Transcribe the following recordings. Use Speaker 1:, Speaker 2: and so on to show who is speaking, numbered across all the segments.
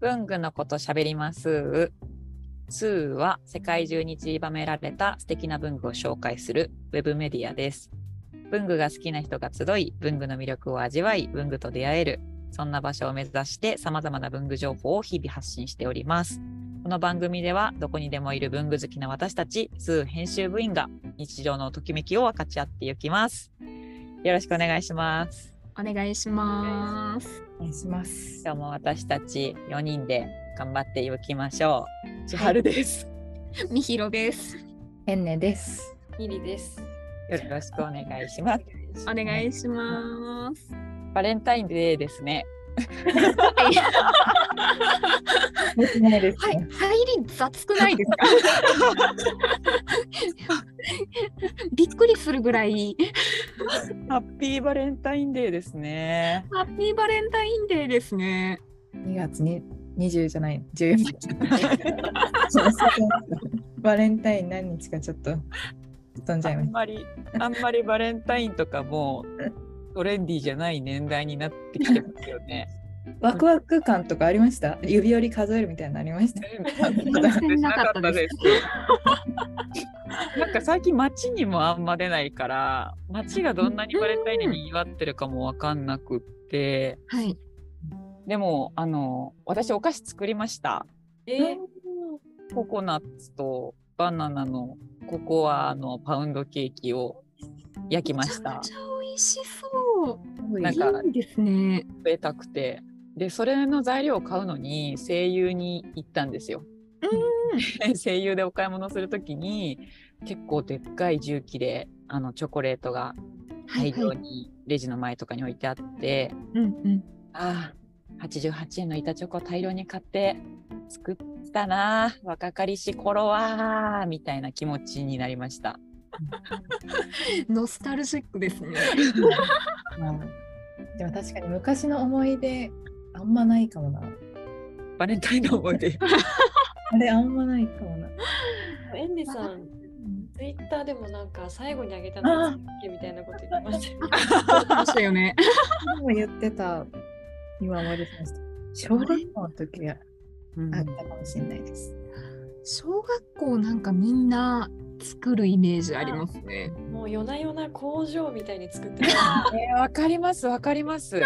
Speaker 1: 文具のこと喋ります2は世界中に散りばめられた素敵な文具を紹介するウェブメディアです文具が好きな人が集い文具の魅力を味わい文具と出会えるそんな場所を目指して様々な文具情報を日々発信しておりますこの番組ではどこにでもいる文具好きな私たち2編集部員が日常のときめきを分かち合っていきますよろしくお願いします
Speaker 2: お願いします。
Speaker 3: お願いします。
Speaker 1: 今日も私たち4人で頑張っていきましょ
Speaker 3: 千春です。
Speaker 2: みひろです。
Speaker 3: ペンネです。ミリです。
Speaker 1: うよろしくお願いします
Speaker 2: お願いします。
Speaker 1: バレンタインデーですね
Speaker 2: はい、
Speaker 3: しないです
Speaker 2: はい
Speaker 3: ね。
Speaker 2: 入り雑くないですか。びっくりするぐらい。
Speaker 1: ハッピーバレンタインデーですね
Speaker 2: ハッピーバレンタインデーですね。
Speaker 3: 2月に20じゃない、14日。バレンタイン何日かちょっと飛んじゃ
Speaker 1: あ
Speaker 3: いま
Speaker 1: ん
Speaker 3: し
Speaker 1: まりあんまりバレンタインとかもうトレンディーじゃない年代になってきてますよね。。
Speaker 3: た。ワクワク感とかありました指折り数えるみたいに なのありました。
Speaker 2: 全然なかったです
Speaker 1: なんか最近街にもあんま出ないから街がどんなにバレンタインでにぎわってるかもわかんなくって
Speaker 2: はい。
Speaker 1: でもあの私お菓子作りました。ココナッツとバナナのココアのパウンドケーキを焼きま
Speaker 2: めち
Speaker 1: し
Speaker 2: ゃ
Speaker 1: た
Speaker 2: め。ちゃ美味しそう。
Speaker 1: なんか
Speaker 2: いいですね。
Speaker 1: 食べたくてでそれの材料を買うのに声優に行ったんですよ。 声優でお買い物するときに結構でっかい重機であのチョコレートが
Speaker 2: はい
Speaker 1: 大量
Speaker 2: はい。
Speaker 1: にレジの前とかに置いてあって、
Speaker 2: うんうん。
Speaker 1: ああ88円の板チョコ大量に買って作ったなあ若かりし頃はみたいな気持ちになりました。
Speaker 2: ノスタルジックです ね。
Speaker 3: でも確かに昔の思い出あんまないかもな。
Speaker 1: バレンタインの思い出
Speaker 3: あれあんまないかもな。
Speaker 4: エンデさん、ツイッターでもなんか最後にあげたの
Speaker 3: あ
Speaker 4: が好きみたいなこと言ってましたよね。
Speaker 2: そうでしたよね。
Speaker 3: も言ってた。今思い出しました。小学校の時が
Speaker 1: うん
Speaker 3: あったかもしれないです。
Speaker 2: 小学校なんかみんな作るイメージありますね。
Speaker 4: もう夜な夜な工場みたいに作ってた。
Speaker 1: えーわかりますわかります。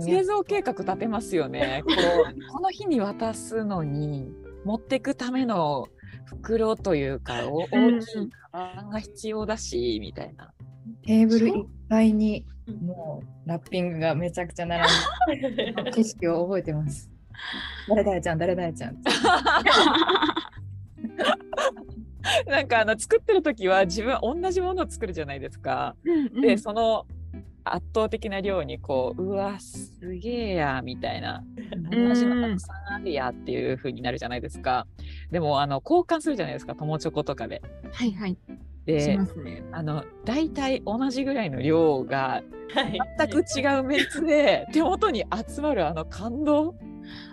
Speaker 1: 製造計画立てますよね。こうこの日に渡すのに持ってくための袋というかお大きいカバンが必要だしみたいな。
Speaker 3: テーブルい
Speaker 2: そう
Speaker 3: っぱいに
Speaker 4: うん
Speaker 3: もうラッピングがめちゃくちゃ並ん で景色を覚えてます。誰々ちゃん誰々ちゃん。
Speaker 1: なんかあの作ってる時は自分同じものを作るじゃないですか。
Speaker 2: うんうん
Speaker 1: で、その圧倒的な量にこううわすげえやみたいな
Speaker 2: うん
Speaker 1: 同じのたくさんあるやっていう風になるじゃないですか。でもあの交換するじゃないですか友チョコとかで。
Speaker 2: はいはい。し
Speaker 1: で
Speaker 2: ますね。
Speaker 1: あの大体同じぐらいの量が
Speaker 4: はい
Speaker 1: 全く違うメンツで 手元に集まるあの感動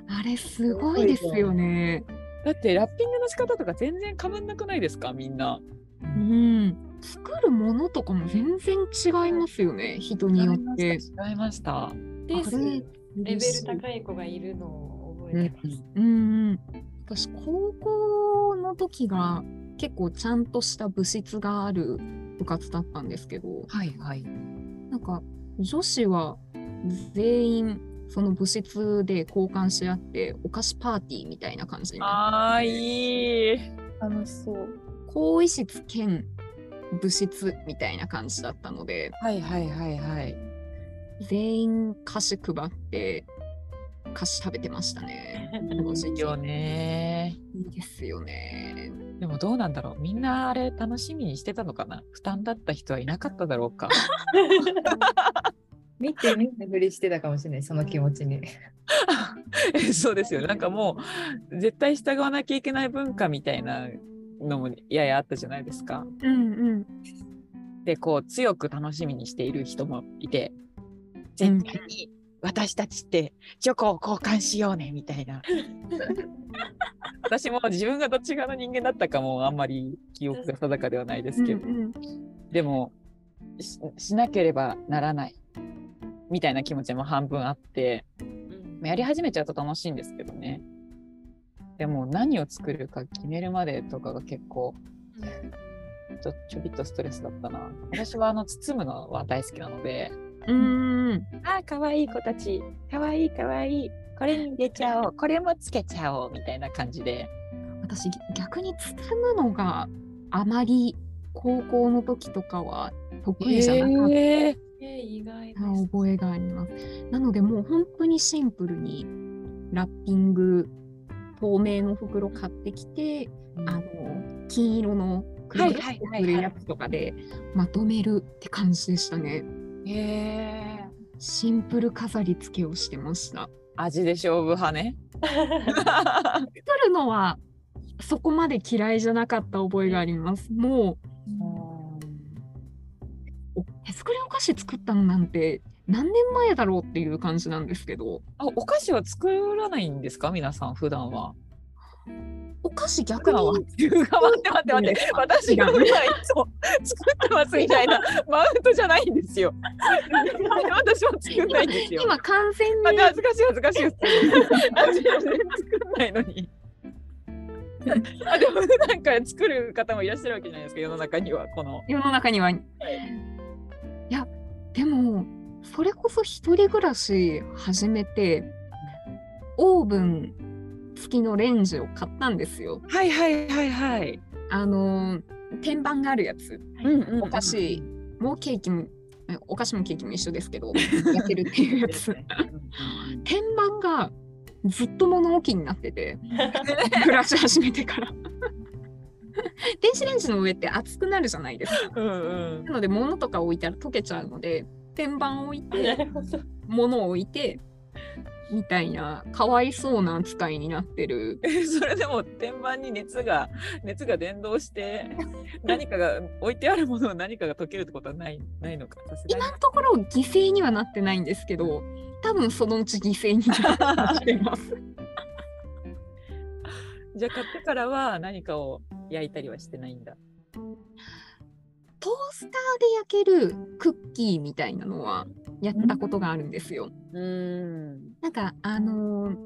Speaker 2: あれすごいですよね。
Speaker 1: だってラッピングの仕方とか全然かぶんなくないですかみんな
Speaker 2: うん。作るものとかも全然違いますよね。人によって。
Speaker 1: 違いました
Speaker 4: で
Speaker 2: あれ
Speaker 4: レベル
Speaker 2: い。
Speaker 4: 高い子がいるのを覚
Speaker 1: う
Speaker 4: え
Speaker 1: ん
Speaker 4: てます。
Speaker 2: うんうん。私高校の時が結構ちゃんとした部室がある部活だったんですけど、
Speaker 1: はいはい
Speaker 2: なんか女子は全員その部室で交換し合ってお菓子パーティーみたいな感じになっ
Speaker 1: あーいい
Speaker 3: 楽しそう。
Speaker 2: て更衣室兼部室みたいな感じだったので
Speaker 1: はいはいはいはい
Speaker 2: 全員菓子配って菓子食べてましたね。楽し
Speaker 1: いいよね
Speaker 2: いいですよね。
Speaker 1: でもどうなんだろうみんなあれ楽しみにしてたのかな負担だった人はいなかっただろうか
Speaker 3: 見て見ぬふりしてたかもしれないその気持ちに。
Speaker 1: えそうです よなんかもう絶対従わなきゃいけない文化みたいなのもややあったじゃないですか
Speaker 2: うんうん。
Speaker 1: でこう強く楽しみにしている人もいて絶対に私たちってチョコを交換しようねみたい な私も自分がどっち側の人間だったかもあんまり記憶が定かではないですけど、
Speaker 2: うん
Speaker 1: でもししなければならないみたいな気持ちも半分あって
Speaker 4: うん
Speaker 1: まあやり始めちゃうと楽しいんですけどね。でも何を作るか決めるまでとかが結構ちょちょびっとストレスだったな。私はあの包むのは大好きなので、
Speaker 2: うーん。
Speaker 1: ああ、かわいい子たち、かわいいかわいい、これに入れちゃおう、これもつけちゃおうみたいな感じで。
Speaker 2: 私逆に包むのがあまり高校の時とかは得意じゃなかった。
Speaker 1: えー
Speaker 4: えー意外です。
Speaker 2: 覚えがあります。なのでもう本当にシンプルにラッピング透明の袋買ってきて、あの金色の黒
Speaker 1: はい
Speaker 2: い
Speaker 1: はいはいはい
Speaker 2: するやつとかでまとめるって感じでしたね。
Speaker 1: えー
Speaker 2: シンプル飾り付けをしてました。
Speaker 1: 味で勝負派ね。
Speaker 2: 作るのはそこまで嫌いじゃなかった覚えがあります。もうお手作りお菓子作ったのなんて何年前だろうっていう感じなんですけど、
Speaker 1: あお菓子は作らないんですか皆さん普段は。
Speaker 2: お菓子
Speaker 1: 普
Speaker 2: 逆に
Speaker 1: 段はっていうか待って待って待って私が普段いつも作ってますみたいなマウントじゃないんですよ。私は作んないんですよ。
Speaker 2: 今完全
Speaker 1: あ
Speaker 2: に
Speaker 1: 恥ずかしい恥ずかしい。私は全然作んないのに。あでもなんか作る方もいらっしゃるわけじゃないですか世の中にはこの。
Speaker 2: 世の中には。いやでもそれこそ一人暮らし始めてオーブン付きのレンジを買ったんですよ。
Speaker 1: はいはいはいはい。
Speaker 2: あの天板があるやつ
Speaker 1: うんうんうん
Speaker 2: お菓子もケーキもえお菓子もケーキも一緒です けどやってるっていうやつ天板がずっと物置になって て暮らし始めてから電子レンジの上って熱くなるじゃないですか
Speaker 1: うんうん
Speaker 2: なので物とか置いたら溶けちゃうので天板を置い
Speaker 4: な
Speaker 2: て
Speaker 4: るほど。
Speaker 2: 物を置いてみたいなかわいそうな扱いになってる
Speaker 1: え それでも天板に熱が熱が伝導 して何かが置いてあるものを何かが溶けるってことはないないのかさすがに
Speaker 2: 今のところ犠牲にはなってないんですけど多分そのうち犠牲になってます。
Speaker 1: じゃあ買ってからは何かを焼いたりはしてないんだ
Speaker 2: トースターで焼けるクッキーみたいなのはやったことがあるんですよ。
Speaker 1: うん
Speaker 2: なんかあのー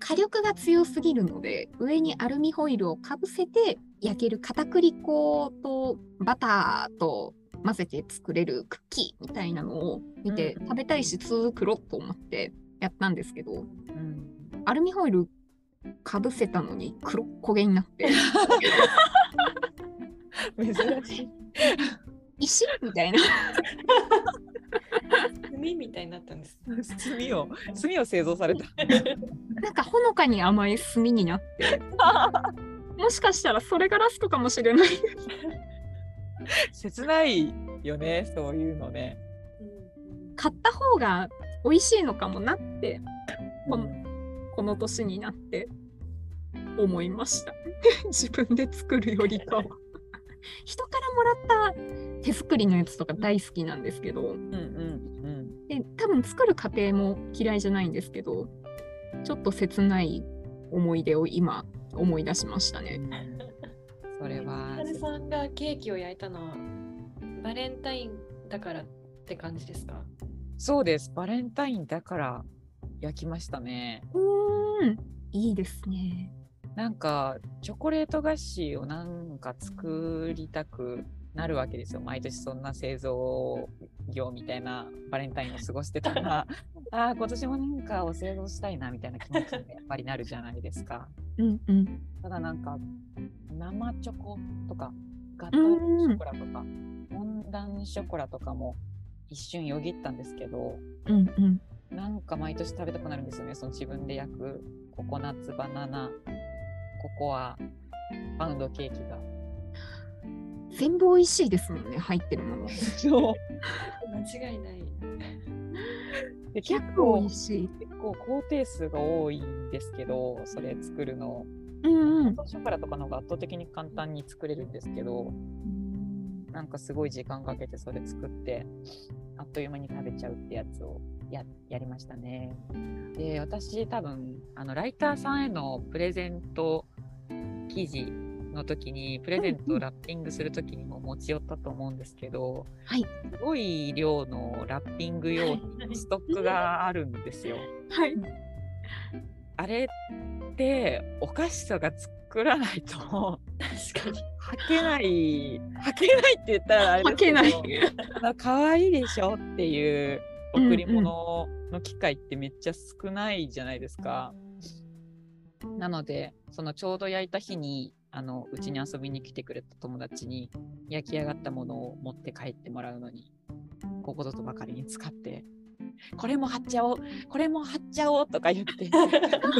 Speaker 2: 火力が強すぎるので上にアルミホイルをかぶせて焼ける片栗粉とバターと混ぜて作れるクッキーみたいなのを見て、
Speaker 1: うん
Speaker 2: 食べたいし作ろうと思ってやったんですけど
Speaker 1: うん
Speaker 2: アルミホイルかぶせたのに黒焦げになって
Speaker 1: 珍しい
Speaker 2: 石みたいな
Speaker 4: 海みたいになったんです。
Speaker 1: 炭を炭を製造された
Speaker 2: なんかほのかに甘い炭になって もしかしたらそれがラストかもしれない
Speaker 1: 切ないよねそういうのね、
Speaker 4: うん
Speaker 2: 買った方が美味しいのかもなってこの年になって思いました 自分で作るよりかは人からもらった手作りのやつとか大好きなんですけど
Speaker 1: うんうんうん
Speaker 2: で多分作る過程も嫌いじゃないんですけどちょっと切ない思い出を今思い出しましたね
Speaker 1: それは
Speaker 4: ひかるさんがケーキを焼いたのはバレンタインだからって感じですか
Speaker 1: そうですバレンタインだから焼きましたね
Speaker 2: うーんいいですね
Speaker 1: なんかチョコレート菓子をなんか作りたくなるわけですよ毎年そんな製造業みたいなバレンタインを過ごしてたらああ今年もなんかお製造したいなみたいな気持ちにやっぱりなるじゃないですか
Speaker 2: うんうん
Speaker 1: ただなんか生チョコとかガトーショコラとかフォンダンショコラとかも一瞬よぎったんですけど
Speaker 2: うんうん
Speaker 1: なんか毎年食べたくなるんですよねその自分で焼くココナッツバナナココアパウンドケーキが
Speaker 2: 全部美味しいですもんね入ってるもの
Speaker 1: そう
Speaker 4: 間違いない。
Speaker 1: で結
Speaker 2: 結構美
Speaker 1: 構
Speaker 2: 味しい
Speaker 1: 結構工程数が多いんですけどそれ作るの
Speaker 2: うんうん
Speaker 1: ガトーショコラとかの方が圧倒的に簡単に作れるんですけどなんかすごい時間かけてそれ作ってあっという間に食べちゃうってやつをややりましたね。で私多分あのライターさんへのプレゼント記事の時にプレゼントをラッピングする時にもも持ち寄ったと思うんですけど、
Speaker 2: はい
Speaker 1: すごい量のラッピング用品のストックがあるんですよ。
Speaker 2: はい。
Speaker 1: あれってお菓子とか作らないとは
Speaker 4: 確かに。
Speaker 1: け ないはけないって言ったらあれです
Speaker 2: はけない。
Speaker 1: あ可愛いでしょっていう贈り物の機会ってめっちゃ少ないじゃないですか。なのでそのちょうど焼いた日にあのうちに遊びに来てくれた友達に焼き上がったものを持って帰ってもらうのにここぞとばかりに使って「これも貼っちゃおうこれも貼っちゃおう」とか言って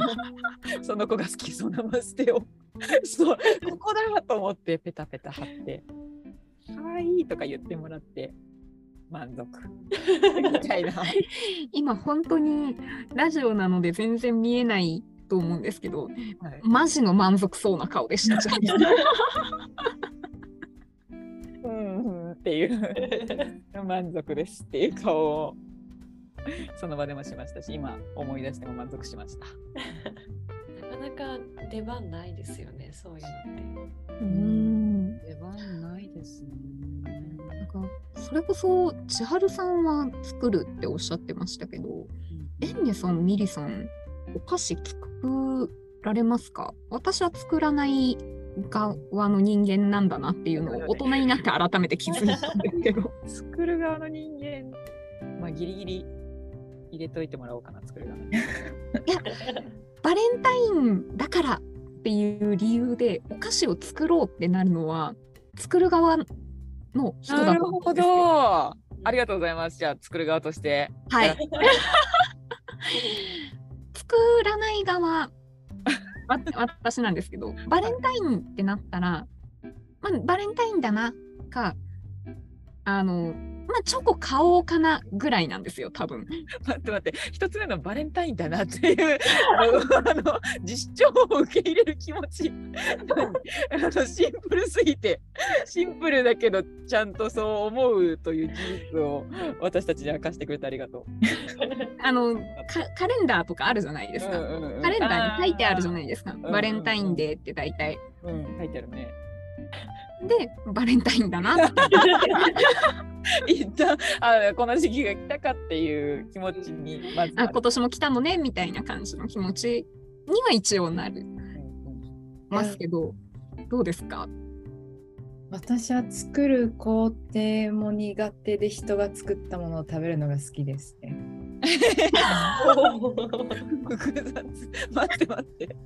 Speaker 1: その子が好きそうなマステをそうここだと思ってペタペタ貼って「かわいい」とか言ってもらって満足みたいな。
Speaker 2: 今本当にラジオなので全然見えないと思うんですけど、マジの満足そうな顔でした。
Speaker 1: うんうんっていう満足ですっていう顔をその場でもしましたし今思い出しても満足しました。
Speaker 4: なかなか出番ないですよね、そういうのって。
Speaker 2: うん。
Speaker 1: 出番ないですね。
Speaker 2: なんかそれこそ千春さんは作るっておっしゃってましたけど、えんねさん、みりさん、お菓子作られますか私は作らない側の人間なんだなっていうのを大人になって改めて気づいたんですけど。
Speaker 1: 作る側の人間、まあ、ギリギリ入れといてもらおうかな作る側の人間
Speaker 2: バレンタインだからっていう理由でお菓子を作ろうってなるのは作る側の 人だ
Speaker 1: な
Speaker 2: と
Speaker 1: る
Speaker 2: 思う
Speaker 1: ほ
Speaker 2: んですよ。
Speaker 1: ど。ありがとうございます。じゃあ作る側として。
Speaker 2: はい。作らない側わ私なんですけどバレンタインってなったら、まあ、バレンタインだなかあのまあチョコ買おうかなぐらいなんですよ多分。
Speaker 1: 待って待って、一つ目のバレンタインだなっていう、あのあの実証を受け入れる気持ち、 あのシンプルすぎて、シンプルだけど、ちゃんとそう思うという事実を私たちに明かしてくれてありがとう。
Speaker 2: あのかカレンダーとかあるじゃないですか。カレンダーに書いてあるじゃない
Speaker 1: い、
Speaker 2: ですか。
Speaker 1: うん
Speaker 2: バレンタインデーって大体。
Speaker 1: うん、書いてあるね。
Speaker 2: で、バレンタインだなって。
Speaker 1: 一旦あこの時期が来たかっていう気持ちに、まずな
Speaker 2: あ、
Speaker 1: る
Speaker 2: 今年も来たのね、みたいな感じの気持ちには一応なる
Speaker 1: うん
Speaker 2: ますけど、どうですか
Speaker 3: 私は作る工程も苦手で人が作ったものを食べるのが好きですね。
Speaker 1: うん複雑。待って待って。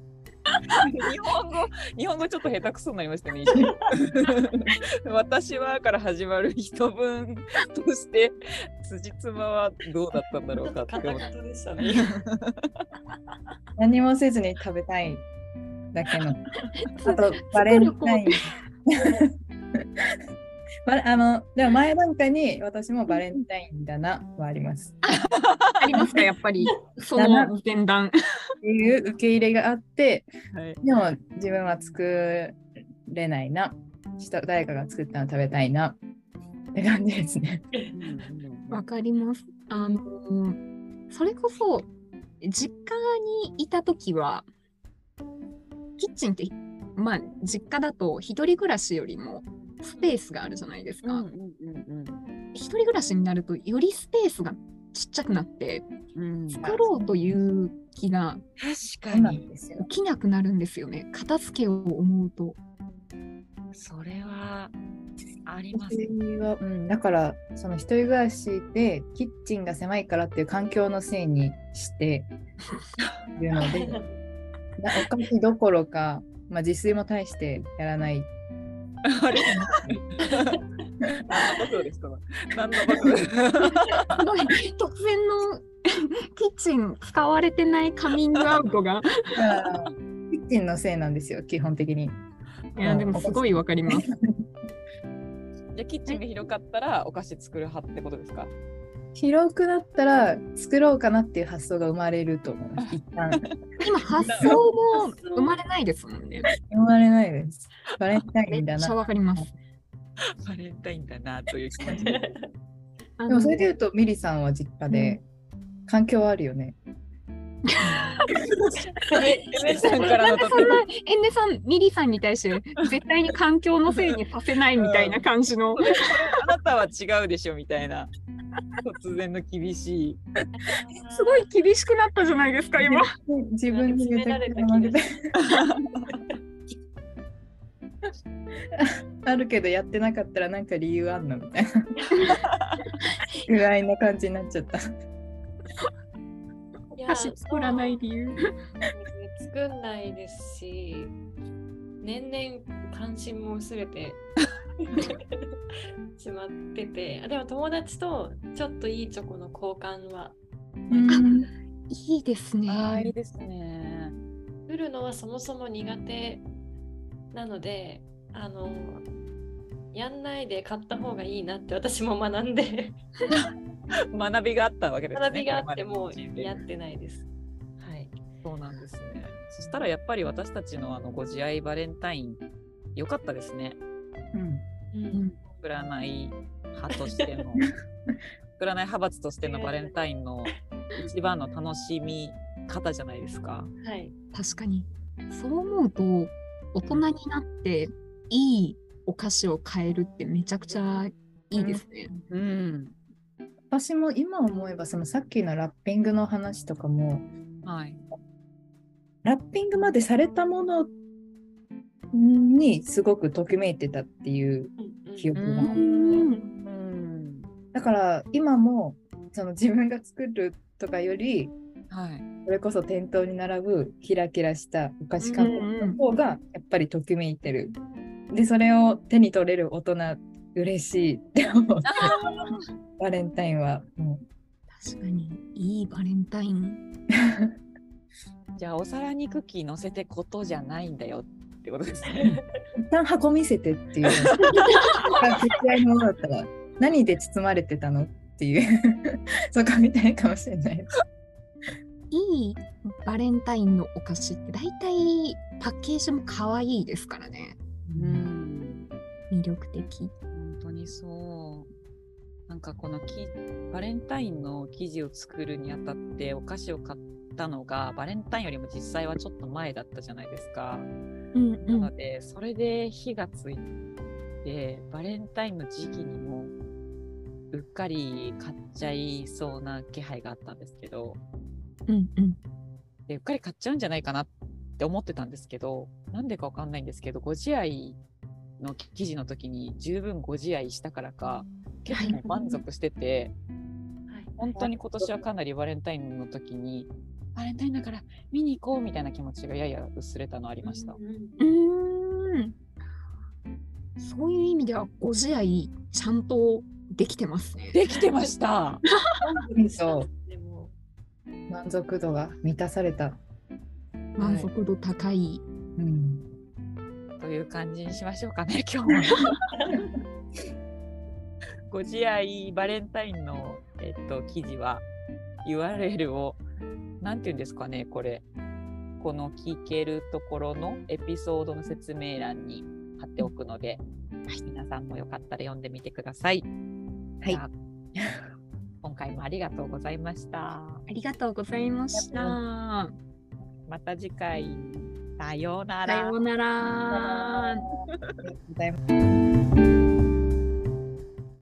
Speaker 1: 日本語日本語ちょっと下手くそになりましたね。一瞬私はから始まる人文として辻褄はどうだったんだろうかって
Speaker 4: カ
Speaker 1: 思
Speaker 4: タ
Speaker 1: っ
Speaker 4: カ
Speaker 1: て。
Speaker 4: タでしたね。
Speaker 3: 何もせずに食べたいだけの。あ
Speaker 2: 作
Speaker 3: と
Speaker 2: る
Speaker 3: バレンタイン
Speaker 2: 工。
Speaker 3: バレあのでも前なんかに私もバレンタインだなはあります。
Speaker 2: 程ありますか、やっぱ り、その前段。
Speaker 3: っていう受け入れがあって
Speaker 1: はい
Speaker 3: でも自分は作れないな人誰かが作ったの食べたいなって感じですね。
Speaker 2: わかります。あのそれこそ、実家にいた時は、キッチンって、まあ、実家だと、一人暮らしよりも、スペースがあるじゃないですか。一人暮らしになるとよりスペースがちっちゃくなって作ろうという気が
Speaker 1: 確
Speaker 3: そう
Speaker 1: か
Speaker 3: な
Speaker 1: に
Speaker 3: んですよ。
Speaker 2: 起きなくなるんですよね片付けを思うと
Speaker 1: それはありますね。
Speaker 3: 私は、うん、だからその一人暮らしでキッチンが狭いからっていう環境のせいにしているので なお菓子どころか、まあ、自炊も大してやら ない
Speaker 1: あれ。 何のことですか。何のことですか。
Speaker 2: すごい突然の キッチン使われてないカミングアウト が
Speaker 3: キッチンのせいなんですよ基本的に。
Speaker 2: いやでもすごいわかり ます
Speaker 1: じゃあキッチンが広かったらお菓子作る派ってことですか。
Speaker 3: 広くなったら作ろうかなっていう発想が生まれると思います。一旦
Speaker 2: 今発想も生まれないですもんね
Speaker 3: 生まれないです。バレンタ
Speaker 2: め
Speaker 3: インだ
Speaker 2: っちゃ
Speaker 3: な。
Speaker 2: わかります
Speaker 1: バレンタインだなという気持ち。
Speaker 2: あ
Speaker 3: でも
Speaker 2: の
Speaker 3: それで言うとミリさんは実家で環境はあるよね。
Speaker 1: キキさんからのト
Speaker 2: そ
Speaker 1: ピ
Speaker 2: んな
Speaker 1: ッ
Speaker 2: エンネさんミリさんに対して絶対に環境のせいにさせないみたいな感じ の
Speaker 1: クあなたは違うでしょみたいな突然の厳しい
Speaker 2: すごい厳しくなったじゃないですか今。
Speaker 3: 自分で言う
Speaker 4: 詰められた
Speaker 3: と
Speaker 4: 気が
Speaker 3: あるけどやってなかったらなんか理由あんのみたいなぐらいな感じになっちゃった。
Speaker 4: いや
Speaker 2: 箸作らない理由。
Speaker 4: そう作んないですし年々関心も薄れてしまっててあでも友達とちょっといいチョコの交換は
Speaker 2: いいですね。
Speaker 1: ああいいですね
Speaker 4: 作るのはそもそも苦手なのであのやんないで買った方がいいなって私も学んで
Speaker 1: 学びがあったわけですね
Speaker 4: 学びがあっても
Speaker 1: これま
Speaker 4: う
Speaker 1: での人生で
Speaker 4: やってないです。はい、
Speaker 1: そうなんですね。そしたらやっぱり私たちのあのご自愛バレンタイン良かったですね。
Speaker 3: うん
Speaker 4: うん
Speaker 1: 作らない派として の作らない派閥としてのバレンタインの一番の楽しみ方じゃないですか。
Speaker 4: はい
Speaker 2: 確かにそう思うと大人になっていいお菓子を買えるってめちゃくちゃいいですね。
Speaker 1: うん。
Speaker 3: 私も今思えばそのさっきのラッピングの話とかも
Speaker 1: はい。
Speaker 3: ラッピングまでされたものにすごくときめいてたっていう
Speaker 4: うんうん
Speaker 3: 記憶
Speaker 1: う
Speaker 3: が、
Speaker 1: んうん。
Speaker 3: だから今もその自分が作るとかより
Speaker 1: はい。
Speaker 3: それこそ店頭に並ぶキラキラしたお菓子感覚の方がやっぱりときめいてる。でそれを手に取れる大人嬉しいって思うバレンタインはも
Speaker 2: 確かにいいバレンタイン。
Speaker 1: じゃあお皿にクッキー乗せてことじゃないんだよってことですね。
Speaker 3: う一旦箱見せてっていう。出来合いのものだったら何で包まれてたのっていうそこみたいかもしれない。
Speaker 2: いいバレンタインのお菓子って大体パッケージも可愛いですからね。
Speaker 1: うん。
Speaker 2: 魅力的。
Speaker 1: 本当にそう。なんかこのきバレンタインの生地を作るにあたってお菓子を買ったのがバレンタインよりも実際はちょっと前だったじゃないですか。
Speaker 2: うん
Speaker 1: なのでそれで火がついてバレンタインの時期にもうっかり買っちゃいそうな気配があったんですけど
Speaker 2: うんうん。
Speaker 1: でうっかり買っちゃうんじゃないかなって思ってたんですけどなんでかわかんないんですけどご自愛の記事の時に十分ご自愛したからか結構満足して て。
Speaker 4: はい
Speaker 1: 本当に今年はかなりバレンタインの時にバレンタインだから見に行こうみたいな気持ちがやや薄れたのありました
Speaker 4: う。ん
Speaker 2: うーんそういう意味ではご自愛ちゃんとできてますね。
Speaker 1: できてました。
Speaker 3: そ
Speaker 4: でも
Speaker 3: う満足度が満たされた。
Speaker 2: 満足度高い。
Speaker 3: うん、
Speaker 1: という感じにしましょう かね今日は。ご自愛バレンタインの、えっと、記事は URL を何て言うんですかねこれこの聞けるところのエピソードの説明欄に貼っておくので、皆さんもよかったら読んでみてください。
Speaker 3: はい
Speaker 1: じゃあ 今回もありがとうございました。
Speaker 2: ありがとうございました。
Speaker 1: また次回さような
Speaker 2: さ
Speaker 1: ら
Speaker 2: よ。うなら。
Speaker 3: ありがとうございます